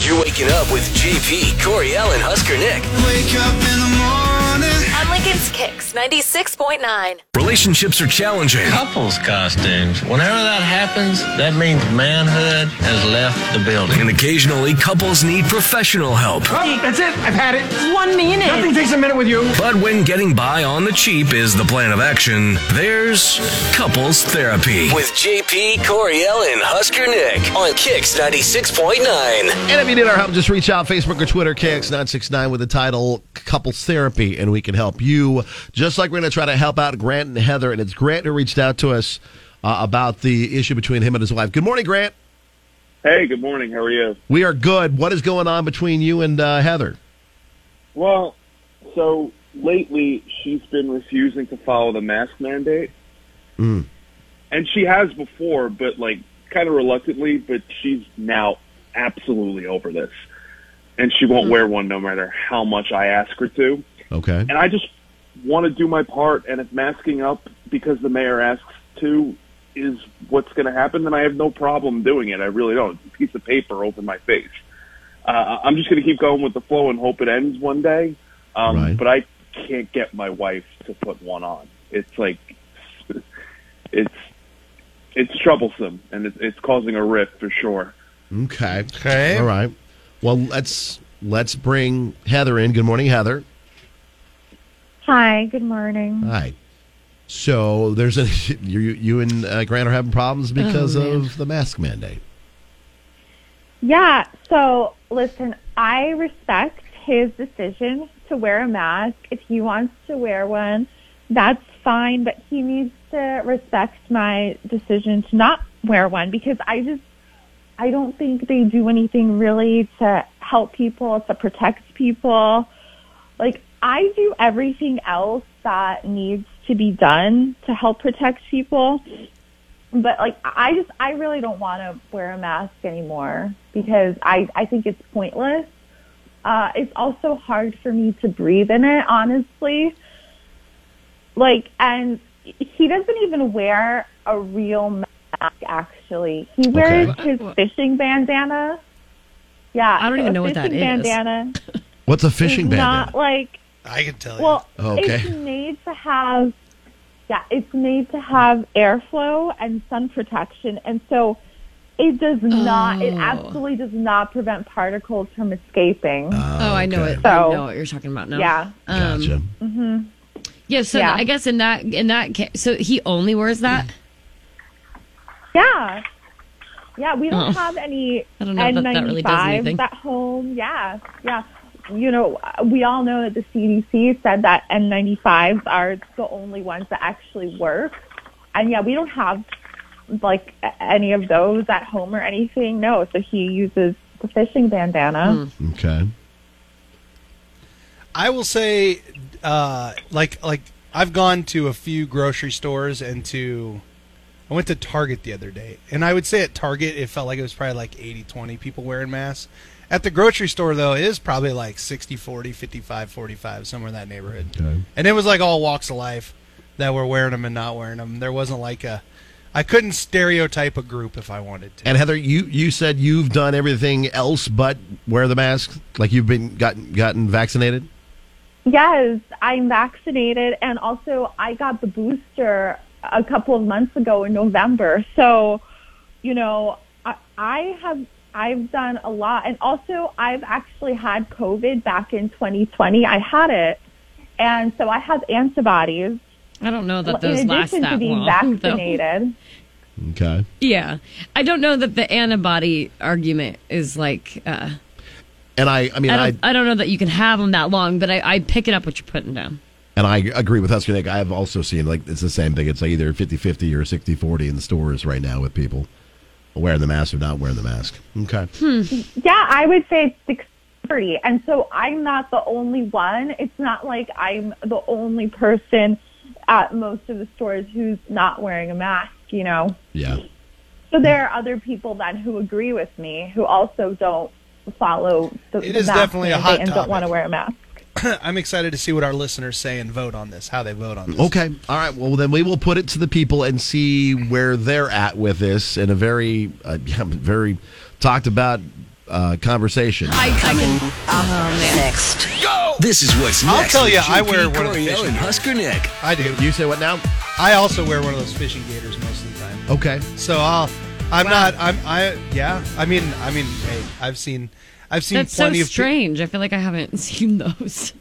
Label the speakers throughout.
Speaker 1: You're waking up with JP, Coriel, and Husker Nick.
Speaker 2: Wake up in the morning.
Speaker 3: On Lincoln's Kicks 96.9.
Speaker 1: Relationships are challenging,
Speaker 4: couples costumes. Whenever that happens, that means manhood has left the building.
Speaker 1: and occasionally couples need professional help.
Speaker 5: Oh, that's it. I've had it.
Speaker 6: One minute.
Speaker 5: Nothing takes a minute with you.
Speaker 1: But when getting by on the cheap is the plan of action, there's couples therapy with JP, Coriel, and Husker Nick on Kicks 96.9.
Speaker 7: And if you need our help, just reach out Facebook or Twitter, KX969, with the title Couples Therapy, and we can help you. Just like we're going to try to help out Grant and Heather, and it's Grant who reached out to us uh, about the issue between him and his wife. Good morning, Grant.
Speaker 8: Hey, good morning. How are you?
Speaker 7: We are good. What is going on between you and uh, Heather?
Speaker 8: Well, so lately she's been refusing to follow the mask mandate. And she has before, but like kind of reluctantly, but she's now absolutely over this. And she won't wear one no matter how much I ask her to.
Speaker 7: Okay.
Speaker 8: And I just want to do my part, and if masking up because the mayor asks to is what's going to happen, then I have no problem doing it. I really don't. It's a piece of paper over my face. Uh, I'm just going to keep going with the flow and hope it ends one day. Um,
Speaker 7: Right.
Speaker 8: But I can't get my wife to put one on. It's like it's it's troublesome, and it's, it's causing a rift for sure.
Speaker 7: Okay. Okay. All right. Well, let's let's bring Heather in. Good morning, Heather.
Speaker 9: Hi, good morning.
Speaker 7: Hi. So there's a you you and uh, Grant are having problems because of the mask mandate.
Speaker 9: Yeah, so listen, I respect his decision to wear a mask. If he wants to wear one, that's fine, but he needs to respect my decision to not wear one because I just I don't think they do anything really to help people, to protect people. Like I do everything else that needs to be done to help protect people. but like I just I really don't want to wear a mask anymore because I I think it's pointless. Uh, it's also hard for me to breathe in it, honestly. Like, and he doesn't even wear a real mask. Actually, he wears his fishing bandana. Yeah,
Speaker 6: I don't
Speaker 9: so
Speaker 6: even
Speaker 9: a
Speaker 6: know what that
Speaker 9: fishing
Speaker 6: is.
Speaker 9: Bandana
Speaker 7: What's a
Speaker 9: is
Speaker 7: fishing bandana?
Speaker 9: not like
Speaker 5: I can tell
Speaker 9: well,
Speaker 7: Okay.
Speaker 9: it's made to have, yeah, it's made to have airflow and sun protection, and so it does not, it
Speaker 6: Oh.
Speaker 9: absolutely does not prevent particles from escaping.
Speaker 6: Oh, I know
Speaker 7: okay.
Speaker 6: it.
Speaker 9: So-
Speaker 6: I know what you're talking about now.
Speaker 9: Yeah.
Speaker 6: Um,
Speaker 7: Gotcha.
Speaker 6: Yeah. So
Speaker 9: Yeah.
Speaker 6: I guess in that in that case, so he only wears that.
Speaker 9: Yeah, yeah, we don't
Speaker 6: Oh.
Speaker 9: have any
Speaker 6: I don't know if that- that really does anything.
Speaker 9: N95s at home. Yeah, yeah. You know, uh, we all know that the CDC said that N95s are the only ones that actually work, and yeah, we don't have like a- any of those at home or anything. No, so he uses the fishing
Speaker 6: Hmm.
Speaker 9: bandana.
Speaker 7: Okay.
Speaker 5: I will say, uh, like, like I've gone to a few grocery stores and to. I went to Target the other day, and I would say at Target it felt like it was probably like 80 20 people wearing masks. At the grocery store, though, it is probably like 60 40, 55 45, somewhere in that neighborhood.
Speaker 7: Okay.
Speaker 5: And it was like all walks of life that were wearing them and not wearing them. There wasn't like a. I couldn't stereotype a group if I wanted to.
Speaker 7: And Heather, you you said you've done everything else but wear the mask, like you've been gotten gotten vaccinated.
Speaker 9: Yes, I'm vaccinated, and also I got the booster a couple of months ago in November. So, you know, I, I have I've done a lot, and also I've actually had COVID back in 2020. I had it, and so I have antibodies
Speaker 6: I don't know that
Speaker 9: in
Speaker 6: those last
Speaker 9: addition
Speaker 6: that
Speaker 9: to being
Speaker 6: long. though.
Speaker 9: vaccinated.
Speaker 7: Okay.
Speaker 6: Yeah. I don't know that the antibody argument is like. Uh,
Speaker 7: And I I mean
Speaker 6: I
Speaker 7: I,
Speaker 6: don't. I, don't know that you can have them that long, but I, I pick it up what you're putting down.
Speaker 7: and I agree with Husker Nick. I've also seen like it's the same thing. It's like either 50-50 or 60-40 in the stores right now with people wearing the mask or not wearing the mask. Hmm. Okay.
Speaker 9: Yeah, I would say it's six thirty, and so I'm not the only one. It's not like I'm the only person at most of the stores who's not wearing a mask. You know,
Speaker 7: Yeah.
Speaker 9: so there are other people then who agree with me who also don't follow the
Speaker 5: It
Speaker 9: the
Speaker 5: is
Speaker 9: mask
Speaker 5: definitely a
Speaker 9: mandate
Speaker 5: hot
Speaker 9: and don't want
Speaker 5: topic.
Speaker 9: to wear a mask.
Speaker 5: I'm excited to see what our listeners say and vote on this, how they vote on this.
Speaker 7: Okay. All right. Well, then we will put it to the people and see where they're at with this in a very, uh, yeah, very talked about uh, conversation.
Speaker 8: I, I can.
Speaker 2: This is what's
Speaker 5: I'll
Speaker 2: next.
Speaker 5: tell
Speaker 2: with
Speaker 5: ya, I
Speaker 2: JP,
Speaker 5: wear one of
Speaker 2: Coriel,
Speaker 5: the fishing
Speaker 2: and Husker Nick.
Speaker 5: I do.
Speaker 7: you say what now?
Speaker 5: I also wear one of those fishing gaiters most of the time.
Speaker 7: Okay.
Speaker 5: So I'll. I'm not. I'm. I. Yeah. I mean. I mean. Hey. I've seen. I've seen
Speaker 8: That's so
Speaker 5: plenty of.
Speaker 8: strange. I feel like I haven't seen those.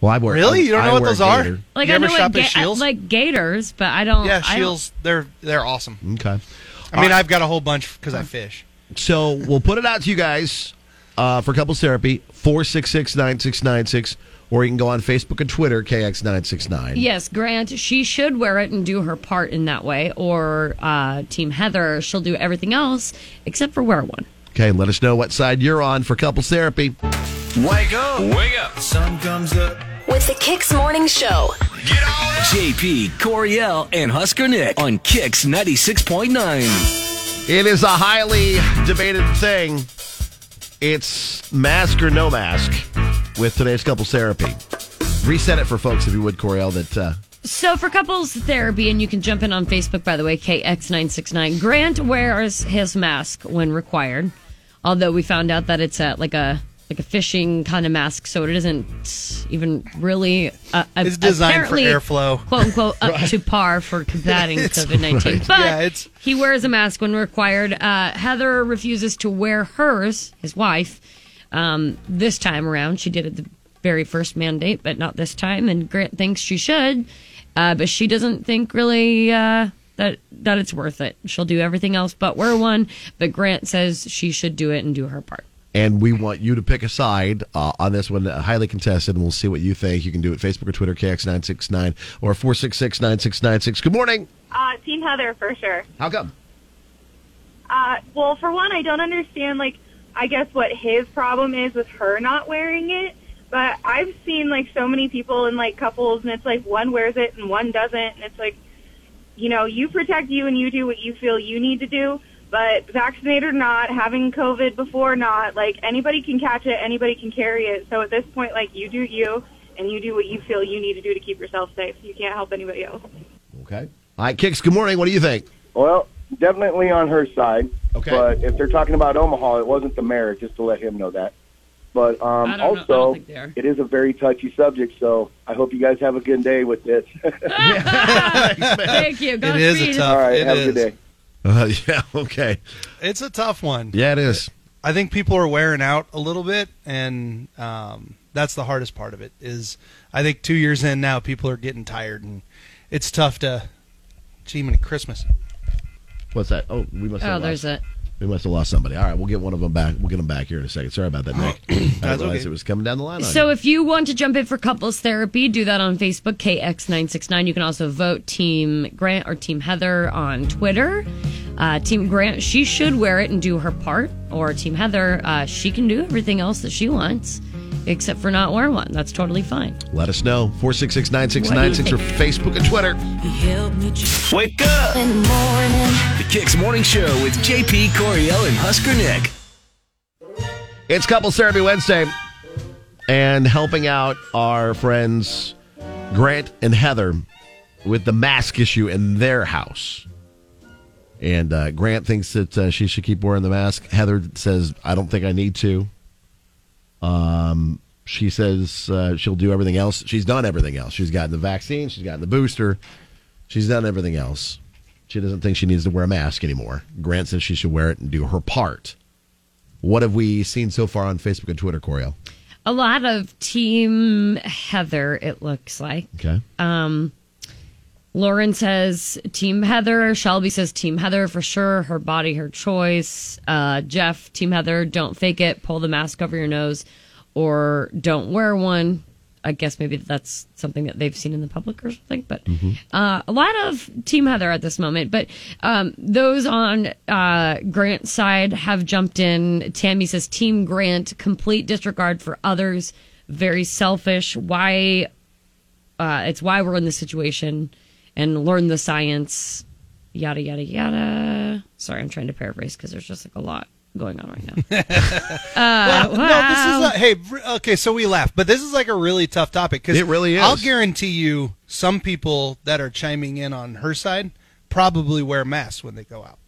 Speaker 7: Well, I wear.
Speaker 5: Really? You don't
Speaker 7: I
Speaker 5: know what
Speaker 7: wear
Speaker 5: those are?
Speaker 7: gator.
Speaker 8: Like
Speaker 5: You
Speaker 8: I
Speaker 5: ever
Speaker 8: know
Speaker 5: shop
Speaker 8: what
Speaker 5: at
Speaker 8: ga- I
Speaker 5: Shields?
Speaker 8: like gators, but I don't.
Speaker 5: Yeah.
Speaker 8: I don't-
Speaker 5: Shields. They're. They're awesome.
Speaker 7: Okay.
Speaker 5: I mean, I've got a whole bunch because I fish.
Speaker 7: So we'll put it out to you guys uh, for couples therapy four six six nine six nine six, or you can go on Facebook and Twitter KX nine six nine.
Speaker 8: Yes, Grant, she should wear it and do her part in that way, or uh, Team Heather, she'll do everything else except for wear one.
Speaker 7: Okay, let us know what side you're on for couples therapy.
Speaker 2: Wake up. Wake up.
Speaker 10: Sun comes up.
Speaker 6: With the Kicks Morning Show.
Speaker 2: JP, Coriel, and Husker Nick on Kicks 96.9.
Speaker 7: It is a highly debated thing. It's mask or no mask with today's couples therapy. Reset it for folks if you would, Coriel. That uh,
Speaker 8: So for couples therapy, and you can jump in on Facebook by the way, KX969. Grant wears his mask when required, although we found out that it's a, like a like a fishing kind of mask, so it isn't even really. Uh,
Speaker 5: It's designed for
Speaker 8: apparently,
Speaker 5: airflow.
Speaker 8: quote unquote, up to par for combating COVID nineteen. But
Speaker 5: Yeah, it's-
Speaker 8: he wears a mask when required. Uh, Heather refuses to wear hers, his wife, um, this time around. She did it the very first mandate, but not this time. And Grant thinks she should, uh, but she doesn't think really uh, that that it's worth it. She'll do everything else but wear one. But Grant says she should do it and do her part.
Speaker 7: and we want you to pick a side uh, on this one, uh, highly contested, and we'll see what you think. You can do it Facebook or Twitter, KX969 or 466 9696. Good morning.
Speaker 9: Uh, Team Heather for sure.
Speaker 7: How come?
Speaker 9: Uh, well, for one, I don't understand, like, I guess what his problem is with her not wearing it. But I've seen, like, so many people in, like, couples, and it's like one wears it and one doesn't. And it's like, you know, you protect you and you do what you feel you need to do. But vaccinated or not, having COVID before or not, like, anybody can catch it, anybody can carry it. So at this point, like, you do you, and you do what you feel you need to do to keep yourself safe. You can't help anybody else.
Speaker 7: Okay. All right, Kicks, good morning. What do you think?
Speaker 11: Well, definitely on her side.
Speaker 7: Okay.
Speaker 11: But if they're talking about Omaha, it wasn't the mayor, just to let him know that. But um,
Speaker 8: I don't know- I don't
Speaker 11: also,
Speaker 8: think they are.
Speaker 11: it is a very touchy subject, so I hope you guys have a good day with this.
Speaker 8: Thank you.
Speaker 5: it is a
Speaker 8: Godspeed.
Speaker 5: tough.
Speaker 11: All right,
Speaker 5: it
Speaker 11: have
Speaker 5: is.
Speaker 11: a good day.
Speaker 7: Uh, yeah, okay.
Speaker 5: It's a tough one.
Speaker 7: Yeah, it is.
Speaker 5: I think people are wearing out a little bit, and um, that's the hardest part of it. Is I think two years in now, people are getting tired, and it's tough to. Gee, many Christmas.
Speaker 7: What's that? Oh, we must
Speaker 8: Oh,
Speaker 7: have
Speaker 8: there's
Speaker 7: lost.
Speaker 8: it.
Speaker 7: We must have lost somebody. All right, we'll get one of them back. We'll get them back here in a second. Sorry about that, Nick. I didn't
Speaker 5: That's
Speaker 7: realize
Speaker 5: okay.
Speaker 7: it was coming down the line. on
Speaker 8: So
Speaker 7: you.
Speaker 8: if you want to jump in for couples therapy, do that on Facebook, KX969. You can also vote Team Grant or Team Heather on Twitter. Uh, Team Grant, she should wear it and do her part. Or Team Heather, uh, she can do everything else that she wants except for not wear one. That's totally fine.
Speaker 7: let us know. 466 9696 or Facebook and Twitter.
Speaker 2: Wake up. The Kicks Morning Show with JP, Coriel, and Husker Nick.
Speaker 7: It's Couple Therapy Wednesday, and helping out our friends Grant and Heather with the mask issue in their house. And uh, Grant thinks that uh, she should keep wearing the mask. Heather says, "I don't think I need to." Um, she says uh, she'll do everything else. She's done everything else. She's gotten the vaccine. She's gotten the booster. She's done everything else. She doesn't think she needs to wear a mask anymore. Grant says she should wear it and do her part. What have we seen so far on Facebook and Twitter, Coriel?
Speaker 8: A lot of Team Heather, it looks like.
Speaker 7: Okay.
Speaker 8: Lauren says Team Heather. Shelby says Team Heather for sure. Her body, her choice. Uh, Jeff, Team Heather, don't fake it. Pull the mask over your nose or don't wear one. I guess maybe that's something that they've seen in the public or something. But uh, a lot of Team Heather at this moment. But um, those on uh, Grant's side have jumped in. Tammy says Team Grant, complete disregard for others, very selfish. Why uh, it's why we're in this situation and learn the science yada yada yada sorry i'm trying to paraphrase because there's just like a lot going on right now Uh,
Speaker 5: No, this is a, hey. br- Okay, so we laugh, but this is like a really tough topic because
Speaker 7: It really is.
Speaker 5: I'll guarantee you, some people that are chiming in on her side probably wear masks when they go out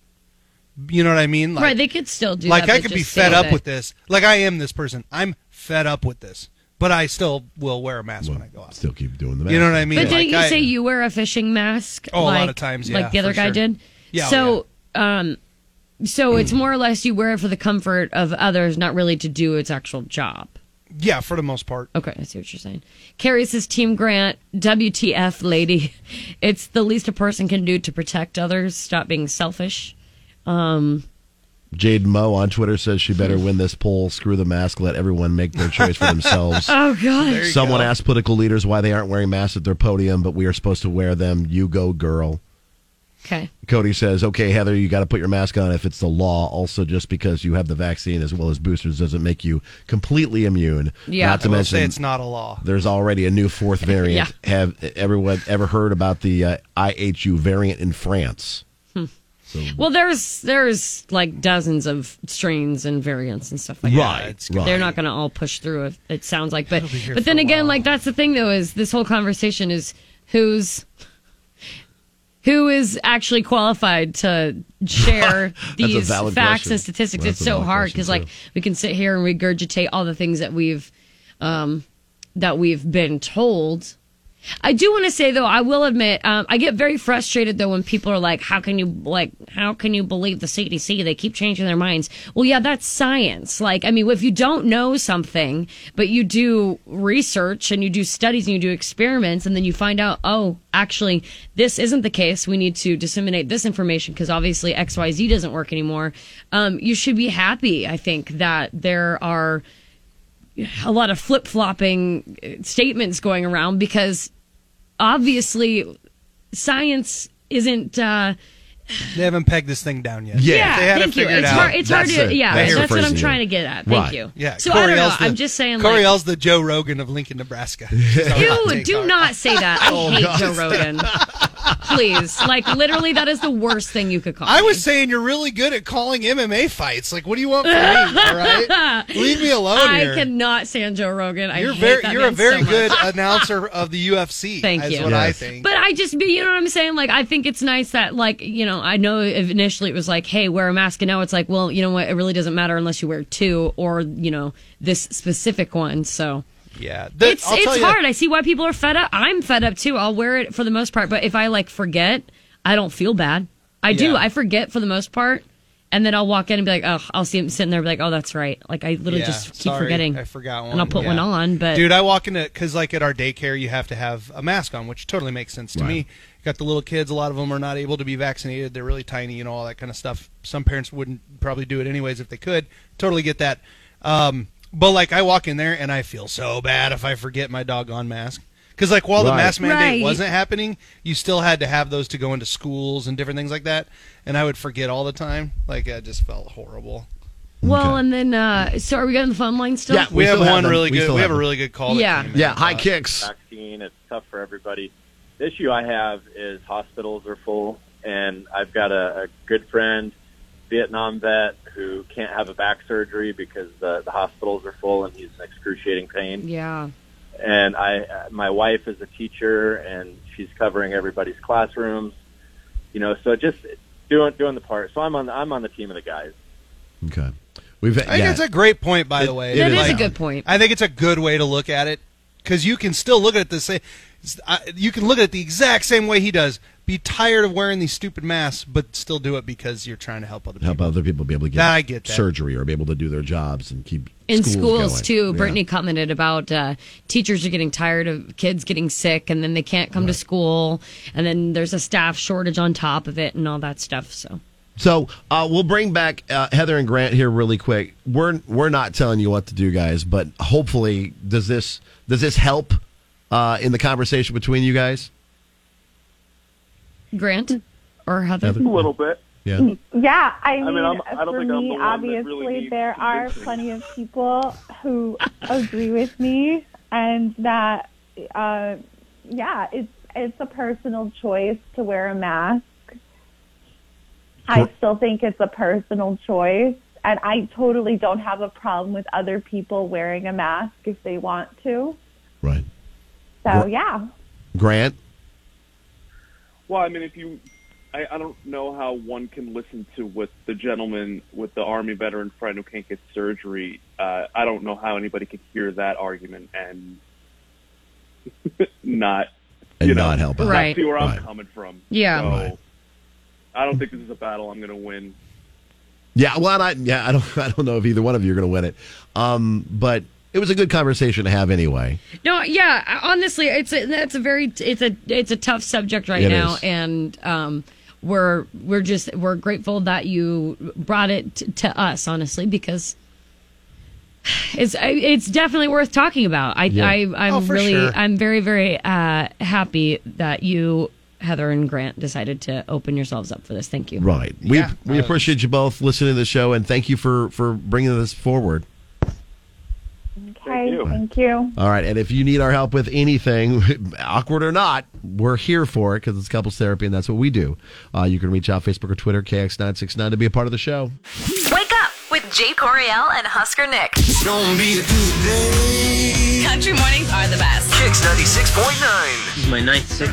Speaker 5: You know what I mean? Like,
Speaker 8: right, they could still do
Speaker 5: like
Speaker 8: that.
Speaker 5: I
Speaker 8: but
Speaker 5: could be
Speaker 8: just
Speaker 5: fed
Speaker 8: stay
Speaker 5: up
Speaker 8: it.
Speaker 5: with this. Like I am this person. I'm fed up with this, but I still will wear a mask when I go out.
Speaker 7: Still keep doing the math.
Speaker 5: You know what I mean?
Speaker 8: But
Speaker 5: Like,
Speaker 8: didn't you
Speaker 5: I-
Speaker 8: say you wear a fishing mask?
Speaker 5: Oh, a lot
Speaker 8: like,
Speaker 5: of times, yeah,
Speaker 8: like the other
Speaker 5: for
Speaker 8: guy
Speaker 5: sure.
Speaker 8: did.
Speaker 5: Yeah, oh,
Speaker 8: So, um, so it's more or less you wear it for the comfort of others, not really to do its actual job.
Speaker 5: Yeah, for the most part.
Speaker 8: Okay, I see what you're saying. Carrie says, Team Grant, WTF, lady. It's the least a person can do to protect others. Stop being selfish. Um,
Speaker 7: Jade Moe on Twitter says she better win this poll. Screw the mask. Let everyone make their choice for themselves.
Speaker 8: oh, God.
Speaker 7: Someone asked political leaders why they aren't wearing masks at their podium, but we are supposed to wear them. You go, girl.
Speaker 8: Okay.
Speaker 7: Cody says, okay, Heather, you got to put your mask on if it's the law. Also, just because you have the vaccine as well as boosters doesn't make you completely immune.
Speaker 8: Yeah.
Speaker 7: Not
Speaker 5: I
Speaker 7: to
Speaker 5: will
Speaker 7: mention,
Speaker 5: say it's not a law.
Speaker 7: there's already a new fourth variant. Have everyone ever heard about the uh, IHU variant in France?
Speaker 8: Well, there's there's like dozens of strains and variants and stuff like that.
Speaker 7: right. right.
Speaker 8: They're not going to all push through. It, it sounds like, but but then again, like that's the thing though is this whole conversation is who's who is actually qualified to share these facts
Speaker 7: valid question.
Speaker 8: and statistics.
Speaker 7: That's
Speaker 8: it's
Speaker 7: a
Speaker 8: so
Speaker 7: valid
Speaker 8: hard
Speaker 7: question,
Speaker 8: because like
Speaker 7: too.
Speaker 8: we can sit here and regurgitate all the things that we've um, that we've been told. I do want to say though, I will admit, um, I get very frustrated though when people are like, "How can you like? How can you believe the CDC? They keep changing their minds." Well, yeah, that's science. Like, I mean, if you don't know something, but you do research and you do studies and you do experiments, and then you find out, oh, actually, this isn't the case. We need to disseminate this information because obviously X Y Z doesn't work anymore. Um, you should be happy, I think, that there are a lot of flip flopping statements going around because obviously science isn't. Uh,
Speaker 5: They haven't pegged this thing down yet.
Speaker 7: Yeah.
Speaker 8: yeah,
Speaker 5: If they had it
Speaker 8: thank you.
Speaker 5: figured
Speaker 8: It's
Speaker 5: out-
Speaker 8: hard. It's hard
Speaker 7: That's
Speaker 8: to.
Speaker 7: it.
Speaker 8: Yeah,
Speaker 7: That's
Speaker 8: that's,
Speaker 7: your
Speaker 8: what I'm
Speaker 7: phrasing.
Speaker 8: trying to get at. Thank
Speaker 7: Right.
Speaker 8: you.
Speaker 5: Yeah.
Speaker 8: So I don't know.
Speaker 5: Coriel's the-
Speaker 8: I'm just saying. like,
Speaker 5: Coriel's the Joe Rogan of Lincoln, Nebraska. She's our hot
Speaker 8: Ew,
Speaker 5: take Oh,
Speaker 8: do
Speaker 5: on-
Speaker 8: not say that. I hate Joe Rogan. Please. Like, literally, that is the worst thing you could call
Speaker 5: I
Speaker 8: me.
Speaker 5: was saying you're really good at calling MMA fights. Like, what do you want from me? All right, leave me alone.
Speaker 8: I
Speaker 5: here.
Speaker 8: cannot stand Joe Rogan. I
Speaker 5: You're
Speaker 8: hate
Speaker 5: very,
Speaker 8: that
Speaker 5: you're a
Speaker 8: man
Speaker 5: very
Speaker 8: so much.
Speaker 5: good announcer of the UFC.
Speaker 8: Thank
Speaker 5: is
Speaker 8: you.
Speaker 5: What I
Speaker 7: Yes.
Speaker 5: think.
Speaker 8: But I just be, you know what I'm saying? Like, I think it's nice that, like, you know, I know initially it was like, hey, wear a mask. And now it's like, well, you know what? It really doesn't matter unless you wear two or, you know, this specific one. So
Speaker 5: yeah, The-
Speaker 8: it's
Speaker 5: I'll tell
Speaker 8: it's
Speaker 5: you-
Speaker 8: hard. I see why people are fed up. I'm fed up too. I'll wear it for the most part. But if I, like, forget, I don't feel bad. I do.
Speaker 5: Yeah.
Speaker 8: I forget for the most part. And then I'll walk in and be like, oh, I'll see him sitting there and be like, oh, that's right. Like, I literally
Speaker 5: Yeah,
Speaker 8: just keep
Speaker 5: sorry,
Speaker 8: forgetting.
Speaker 5: I forgot one.
Speaker 8: And I'll put
Speaker 5: Yeah.
Speaker 8: one on. But
Speaker 5: Dude, I walk into because like at our daycare, you have to have a mask on, which totally makes sense to me. You got the little kids; a lot of them are not able to be vaccinated. They're really tiny, you know, all that kind of stuff. Some parents wouldn't probably do it anyways if they could. Totally get that. Um, but like, I walk in there and I feel so bad if I forget my doggone mask. Because like, while the
Speaker 7: Right.
Speaker 5: mask mandate
Speaker 8: Right.
Speaker 5: wasn't happening, you still had to have those to go into schools and different things like that. And I would forget all the time. Like, I just felt horrible.
Speaker 8: well,
Speaker 7: Okay.
Speaker 8: and then, uh, so are we getting the phone line still?
Speaker 7: Yeah,
Speaker 5: We, have
Speaker 7: still
Speaker 5: one
Speaker 7: them.
Speaker 5: really
Speaker 7: We
Speaker 5: good.
Speaker 7: still
Speaker 5: We have
Speaker 7: them.
Speaker 5: a really good call.
Speaker 8: Yeah.
Speaker 5: That came in.
Speaker 7: Yeah, high kicks.
Speaker 12: vaccine. It's tough for everybody. The issue I have is hospitals are full, and I've got a, a good friend, Vietnam vet, who can't have a back surgery because the, the hospitals are full, and he's in excruciating pain.
Speaker 8: Yeah.
Speaker 12: And I, uh, my wife is a teacher, and she's covering everybody's classrooms. You know, so just doing doing the part. So I'm on the, I'm on the team of the guys.
Speaker 7: Okay. We've
Speaker 5: I think
Speaker 7: yeah.
Speaker 5: it's a great point, by
Speaker 7: It-
Speaker 5: the way.
Speaker 7: it
Speaker 8: That is
Speaker 5: Like,
Speaker 8: a good point.
Speaker 5: I think it's a good way to look at it because you can still look at this. Say, I- you can look at it the exact same way he does. Be tired of wearing these stupid masks, but still do it because you're trying to help other
Speaker 7: help
Speaker 5: people.
Speaker 7: other people be able to get,
Speaker 5: Nah, I get that.
Speaker 7: surgery or be able to do their jobs and keep
Speaker 8: In schools,
Speaker 7: going.
Speaker 8: too,
Speaker 7: Yeah.
Speaker 8: Brittany commented about uh, teachers are getting tired of kids getting sick and then they can't come to school. And then there's a staff shortage on top of it and all that stuff. So,
Speaker 7: So uh, we'll bring back uh, Heather and Grant here really quick. We're we're not telling you what to do, guys, but hopefully does this does this help uh, in the conversation between you guys?
Speaker 8: Grant or Heather?
Speaker 7: Heather?
Speaker 11: A little bit.
Speaker 7: Yeah.
Speaker 9: Yeah, I mean,
Speaker 11: mean, I'm- I don't
Speaker 9: for
Speaker 11: think I'm
Speaker 9: me,
Speaker 11: the one that really
Speaker 9: obviously,
Speaker 11: needs
Speaker 9: there are
Speaker 11: convincing.
Speaker 9: plenty of people who oh, agree with me, and that, uh, yeah, it's it's a personal choice to wear a mask. I still think it's a personal choice, and I totally don't have a problem with other people wearing a mask if they want to.
Speaker 7: Right.
Speaker 9: So
Speaker 7: Well-
Speaker 9: yeah,
Speaker 7: Grant.
Speaker 11: Well, I mean, if you
Speaker 1: I, I don't know how one can listen to what the gentleman with the army veteran friend who can't get surgery. Uh, I don't know how anybody could hear that argument and not
Speaker 7: and not help out.
Speaker 1: not see where I'm coming from.
Speaker 7: Yeah.
Speaker 1: So,
Speaker 7: Right.
Speaker 1: I don't think this is a battle I'm going to win.
Speaker 7: Yeah, well, and I, yeah, I don't, I don't know if either one of you are going to win it, um, but it was a good conversation to have anyway.
Speaker 8: No, yeah. I- Honestly, it's a, that's a very it's a it's a tough subject right
Speaker 7: It
Speaker 8: now,
Speaker 7: is.
Speaker 8: and um, we're we're just we're grateful that you brought it t- to us, honestly, because it's I- it's definitely worth talking about. I,
Speaker 13: Yeah.
Speaker 8: I I'm
Speaker 13: Oh, for
Speaker 8: really
Speaker 13: sure.
Speaker 8: I'm very very uh, happy that you Heather and Grant decided to open yourselves up for this. Thank you.
Speaker 7: Right. We we appreciate you both listening to the show and thank you for for bringing this forward.
Speaker 9: Okay, thank you.
Speaker 7: All right, and if you need our help with anything, awkward or not, we're here for it because it's couples therapy and that's what we do. Uh, you can reach out Facebook or Twitter KX969 to be a part of the show.
Speaker 6: Wake up with Jay Coriel and Husker Nick. Country mornings are the best.
Speaker 2: Kicks 96.9.
Speaker 4: This is my ninth sick